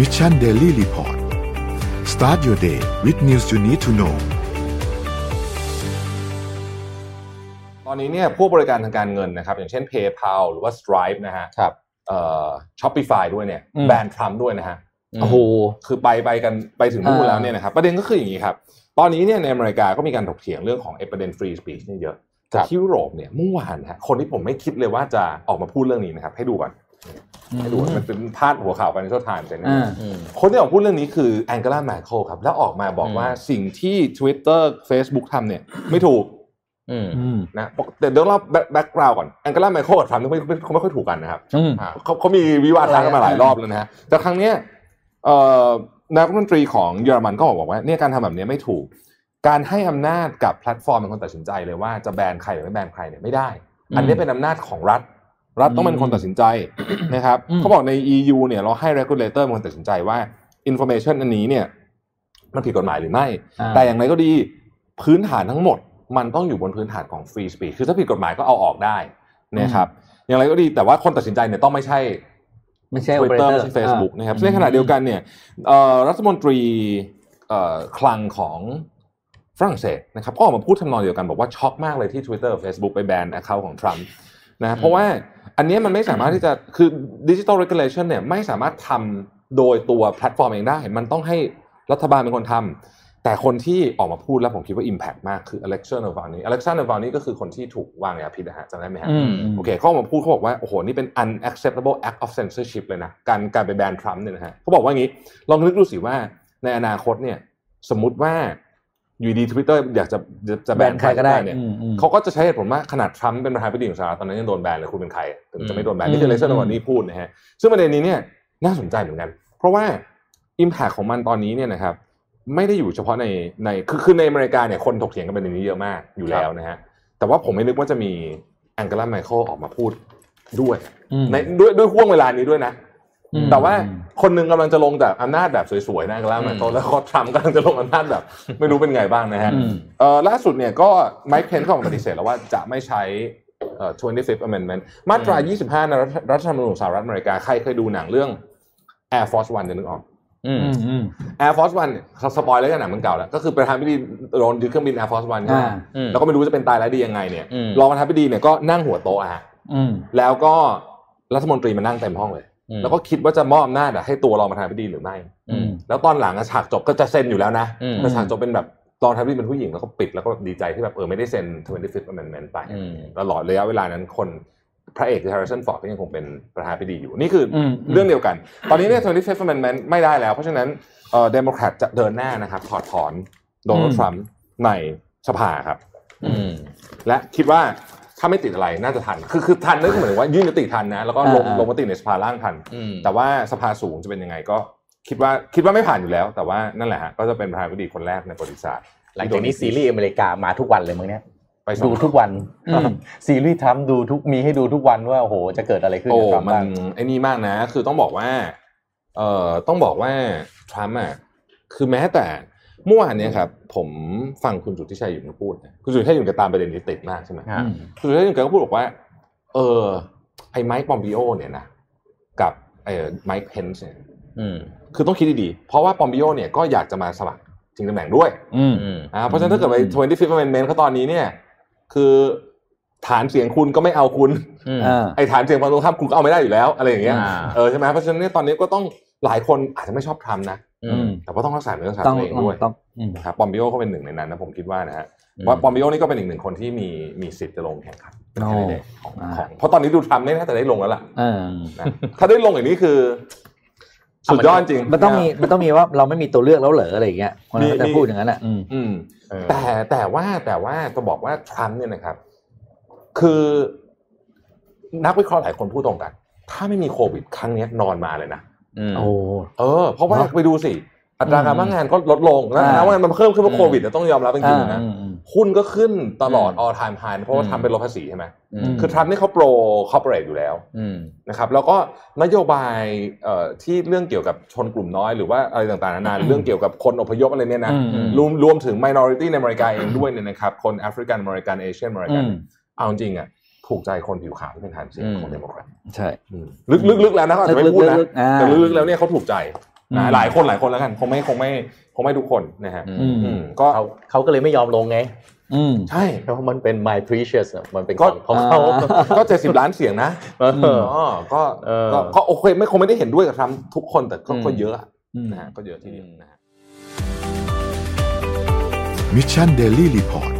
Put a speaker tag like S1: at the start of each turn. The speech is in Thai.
S1: Mission Daily Report start your day with news you need to know
S2: ตอนนี้เนี่ยพวกบริการทางการเงินนะครับ อย่างเช่น PayPal หรือว่า Stripe นะฮะ
S3: ครับ
S2: เอ่อ Shopify ด้วยเนี่ย
S3: อืม
S2: แบนทรัมป์ด้วยนะฮะ
S3: โอ้โห
S2: คือไปไปกันไปถึงนู่น
S3: อ่า
S2: แล้วเนี่ยนะครับประเด็นก็คืออย่างนี้ครับ ตอนนี้เนี่ยในอเมริกาก็มีการถกเถียงเรื่องของไอ้ประเด็น free speech เนี่ยเยอะแต่ที่ยุโรปเนี่ยเมื่อวานฮะคนที่ผมไม่คิดเลยว่าจะออกมาพูดเรื่องนี้นะครับ ให้ดูก่อนให้ดูก่อนมันเป็นพาดหัวข่าวกันในโซเชียลไทม์เลยนะ
S3: อ่า
S2: คนที่ออกมาพูดเรื่องนี้คือแองเกลาแมคโคครับ แล้วออกมาบอก
S3: อืม
S2: ว่าสิ่งที่ Twitter Facebook ทำเนี่ย ไม่ถูก
S3: อืม
S4: อืม
S2: นะปกแต่เดี๋ยวเราแบ็กกราวก่อนแองเกลาแมคโคกับทรัมป์เนี่ยไม่ไม่เขาไม่ค่อยถูกกันนะครับ
S3: อืม
S2: เขาเขามีวิวาทะกันมาหลายรอบแล้วนะฮะ แต่ครั้งเนี้ยเอ่อนายกรัฐมนตรีของเยอรมันก็บอกว่าเนี่ยการทำแบบเนี้ยไม่ถูก การให้อำนาจกับแพลตฟอร์มเป็นคนตัดสินใจเลยว่าจะแบนใครหรือไม่แบนใครเนี่ยไม่ได้
S3: อืม
S2: อันนี้เป็นอำนาจของรัฐ รัฐต้องเป็นคนตัดสินใจนะครับ
S3: อืม
S2: เขาบอกใน EU เนี่ยเราให้ regulator เป็นคนตัดสินใจว่า information อันนี้เนี่ยมันผิดกฎหมายหรือไม่ แต่อย่างไรก็ดีพื้นฐานทั้งหมดมันต้องอยู่บนพื้นฐานของ free speech คือถ้าผิดกฎหมายก็เอาออกได้นะครับอย่างไรก็ดีแต่ว่าคนตัดสินใจเนี่ยต้องไม่ใช่
S3: ไม่ใช่โอเปอเร
S2: Twitter
S3: เตอ
S2: ไม่
S3: ร์
S2: ใช่ Facebook นะครับ
S3: อืม
S2: ซึ่งในขณะเดียวกันเนี่ยเอ่อรัฐมนตรีเอ่อคลังของฝรั่งเศสนะครับก็ออกมาพูดทำนองเดียวกันบอกว่าช็อกมากเลยที่ Twitter กับ Facebook ไปแบน Account ของทรัมป์นะเพราะว่าอันเนี้ยมันไม่สามารถที่จะคือดิจิทัลเร u l a t i o n เนี่ยไม่สามารถทำโดยตัวแพลตฟอร์มเองได้ มันต้องให้รัฐบาลเป็นคนทำแต่คนที่ออกมาพูดแล้วผมคิดว่า Impact มากคือ Alexander Navalny Alexander Navalny ก็คือคนที่ถูกวางยาพิษนะฮะจำได้ไหมฮะ
S3: อืม
S2: โอเคเขาออกมาพูดเขาบอกว่า โอ้โห นี่เป็น unacceptable act of censorship เลยนะ การการไปแบนทรัมป์เนี่ยนะฮะเขาบอกว่าอย่างนี้ ลองนึกดูสิว่าในอนาคตเนี่ย สมมุติว่าอยู่ดีทวิตเตอร์อยากจะจะจะแบน
S3: แบนใครก็ได้
S2: เนี่ย
S4: อืมอืม
S2: เขาก็จะใช้เหตุผลว่าขนาดทรัมป์เป็นประธานาธิบดีของสหรัฐตอนนั้นยังโดนแบนเลย คุณเป็นใครถึงจะไม่โดนแบน นี่คือเลเซอร์นวันนี้พูดนะฮะ ซึ่งประเด็นนี้เนี่ยน่าสนใจเหมือนกัน เพราะว่า Impact ของมันตอนนี้เนี่ยนะครับ ไม่ได้อยู่เฉพาะในในคือคือในอเมริกาเนี่ยคนถกเถียงกันประเด็นนี้เยอะมากอยู่แล้วนะฮะ แต่ว่าผมไม่นึกว่าจะมีแองเกลาไมเคิลออกมาพูดด้วยในด้วยด้วยห่วงเวลานี้ด้วยนะ
S3: อืม
S2: แต่ว่าคนหนึงกำลังจะลงจากอำนาจแบบสวยๆนะแองเกลาไมเคิล
S3: อืม
S2: แล้วก็ทรัมป์กำลังจะลงอำนาจแบบ ไม่รู้เป็นไงบ้างนะฮะ
S3: อืม
S2: เอ่อล่าสุดเนี่ยก็ไมค์เพนเข้ามาปฏิเสธแล้วว่าจะไม่ใช้เอ่อ 25th Amendment มาตรา 25 ในรัฐรัฐธรรมนูญของสหรัฐอเมริกาใครเคยดูหนังเรื่อง Air Force One จะนึกออก
S3: อืม
S4: อืมอืม
S2: Air Force One เนี่ยสปอยแล้วกันหนังมันเก่าแล้ว ก็คือประธานาธิบดีโดนยึดเครื่องบิน Air Force One ใช่ไหม
S3: อ่า
S2: อืมแล้วก็ไม่รู้จะเป็นตายร้ายดียังไงเนี่ย
S3: อืม
S2: รองประธานาธิบดีเนี่ยก็นั่งหัวโต๊ะอะฮะ
S4: อืม
S2: แล้วก็รัฐมนตรีมานั่งเต็มห้องเลย
S3: อืม
S2: แล้วก็คิดว่าจะมอบอำนาจอะให้ตัวรองประธานาธิบดีหรือไม่
S3: อืม
S2: แล้วตอนหลังอะฉากจบก็จะเซ็นอยู่แล้วนะ
S3: อืม
S2: แต่ฉากจบเป็นแบบรองประธานาธิบดีเป็นผู้หญิงแล้วก็ปิดแล้วก็แบบดีใจที่แบบเออไม่ได้เซ็น 25th Amendment ไป
S3: อืม
S2: ตลอดระยะเวลานั้นคนพระเอกคือ Harrison Ford ก็ยังคงเป็นประธานาธิบดีอยู่ นี่คืออ
S4: ม
S2: เรื่องเดียวกัน ตอนนี้เนี่ย25 Amendment ไม่ได้แล้ว เพราะฉะนั้นเอ่อเดโมแครตจะเดินหน้านะครับถอดถอนโดนัลด์ทรัมป์ในสภาครับ
S3: อืม
S2: และคิดว่าถ้าไม่ติดอะไรน่าจะทัน คือคือทันนั่นก็เหมือนว่ายื่นมติทันนะ แล้วก็ลง
S3: อ่าๆ
S2: ลงมติในสภาล่างทัน
S3: อืม
S2: แต่ว่าสภาสูงจะเป็นยังไงก็คิดว่าคิดว่าไม่ผ่านอยู่แล้ว แต่ว่านั่นแหละฮะก็จะเป็นประธานาธิบดีคนแรกในประวัติศาสตร์
S5: หลังจากนี้ซีรีส์อเมริกามาทุกวันเลยมึงเนี่ย
S2: ไปสอ
S5: ดู
S2: ง
S5: ทุกวัน
S4: อืม
S5: ซีรีส์ทรัมป์ดูทุกมีให้ดูทุกวันว่าโอ้โหจะเกิดอะไรขึ้น
S2: โอ้
S5: กับทรัมป์
S2: มัน
S5: บ้าง
S2: ไอ้นี่มากนะ คือต้องบอกว่าเอ่อต้องบอกว่าทรัมป์อ่ะคือแม้แต่เมื่อวานเนี้ยครับผมฟังคุณสุทธิชัยหยุ่นพูดนะคุณสุทธิชัยหยุ่นก็ตามประเด็นนี้ติดมากใช่ไหม
S5: ฮะ
S2: คุณสุเทพยังก็พูดบอกว่า เออ ไอ้ไมค์ปอมปิโอเนี่ยนะกับไอ้ไมค์เพนส์เนี่ย
S3: อืม
S2: คือต้องคิดดีๆ เพราะว่าปอมปิโอเนี่ยก็อยากจะมาสมัครชิงตำแหน่งด้วย
S4: อืม
S3: อืม
S2: อ่าเพราะฉะนั้นถ้าเกิดไปทเวนตี้ฟิฟเมนเมนเขาตอนนี้เนี่ย คือฐานเสียงคุณก็ไม่เอาคุณ
S3: อืม
S4: อ่า
S2: ไอ้ฐานเสียงฝั่งตรงข้ามคุณก็เอาไม่ได้อยู่แล้ว อะไรอย่างเงี้ย
S3: อ่า
S2: เออใช่ไหมเพราะฉะนั้นเนี่ยตอนนี้ก็ต้องหลายคนอาจจะไม่ชอบทำนะ
S3: อืม
S2: แต่ว่าต้องรักษาเนื้อรักษา
S4: ต้อง
S2: ตัวเองด้วย
S4: ต้องอืม
S2: นะครับปอมปิโอก็เป็นหนึ่งในนั้นนะผมคิดว่านะฮะ
S3: อืม
S2: ว่าปอมปิโอนี่ก็เป็นอีกหนึ่งคนที่มีมีสิทธิ์จะลงแข่งขัน
S4: โอ้
S2: ของ
S4: อ่า
S2: ของเพราะตอนนี้ดูทรัมป์ไม่น่าจะได้ลงแล้วล่ะ
S4: เออ
S2: นะ ถ้าได้ลงอย่างนี้คือ สุดยอดจริง
S4: มันต้องมีมันต้องมีว่าเราไม่มีตัวเลือกแล้วเหรออะไรอย่างเงี้ยคนเราก็จะพูดอย่างนั้นแหละอืม
S2: อืม
S5: เออ
S2: แต่แต่ว่าแต่ว่าจะบอกว่าทรัมป์เนี่ยนะครับ คือนักวิเคราะห์หลายคนพูดตรงกัน ถ้าไม่มีโควิดครั้งเนี้ยนอนมาเลยนะ
S3: อืม
S4: โอ้
S2: เออ เพราะว่า
S4: เนอะ
S2: ไปดูสิ อัตราการว่างงานก็ลดลงแล้ว
S4: อ่า
S2: นะว่างงานมันเพิ่มขึ้นเพราะ
S3: อืม
S2: โควิดนะต้องยอมรับจริ
S4: อ่าง
S2: ๆนะ
S4: อืมอืม
S2: หุ้นก็ขึ้นตลอด all time high เพราะว่า
S3: อืม
S2: ทำเป็นลดภาษีใช่ไหม
S3: อืม
S2: คือทรัมป์นี่เขาโปร corporate อยู่แล้ว
S3: อืม
S2: นะครับแล้วก็นโยบายเอ่อที่เรื่องเกี่ยวกับชนกลุ่มน้อย หรือว่าอะไรต่างๆนานาเรื่องเกี่ยวกับคนอพยพอะไรเนี่ยนะ
S4: อืมอืม
S2: รวมรวมถึง minority ในอเมริกาเองด้วยเนี่ยนะครับคนแอฟริกันอเมริกันเอเชียนอเมริ
S4: อื
S2: กัน
S4: ม
S2: เอาจริงอ่ะถูกใจคนผิวขาวที่เป็นฐานเสียง
S3: อืม
S2: ของเดโมแครต
S4: ใช่
S2: ลึกๆแล้วนะเขาอาจจะไม่พูดนะ
S4: ๆอ่า
S2: แต่ลึกๆแล้วเนี่ยเขาถูกใจ นะหลายคนหลายคนแล้วกันคงไม่คงไม่คงไม่ทุกคนนะฮะ
S3: อืม
S2: อืมก็
S5: เขาเขาก็เลยไม่ยอมลงไง
S3: อืม
S2: ใช่
S5: เพราะมันเป็น my precious อะมันเป็น
S2: ก็
S5: ของของเขา
S2: ก็เจ็ดสิบล้านเสียงนะ
S5: เออ
S2: อ๋อก็
S5: เออ
S2: ก็ก็โอเคไม่คงไม่ได้เห็นด้วยกับทรัมป์ทุกคนแต่ก็ก็เยอะอะนะฮะก็เยอะทีเดียวนะฮะ
S1: มิชชันเดลี่รีพอร์ต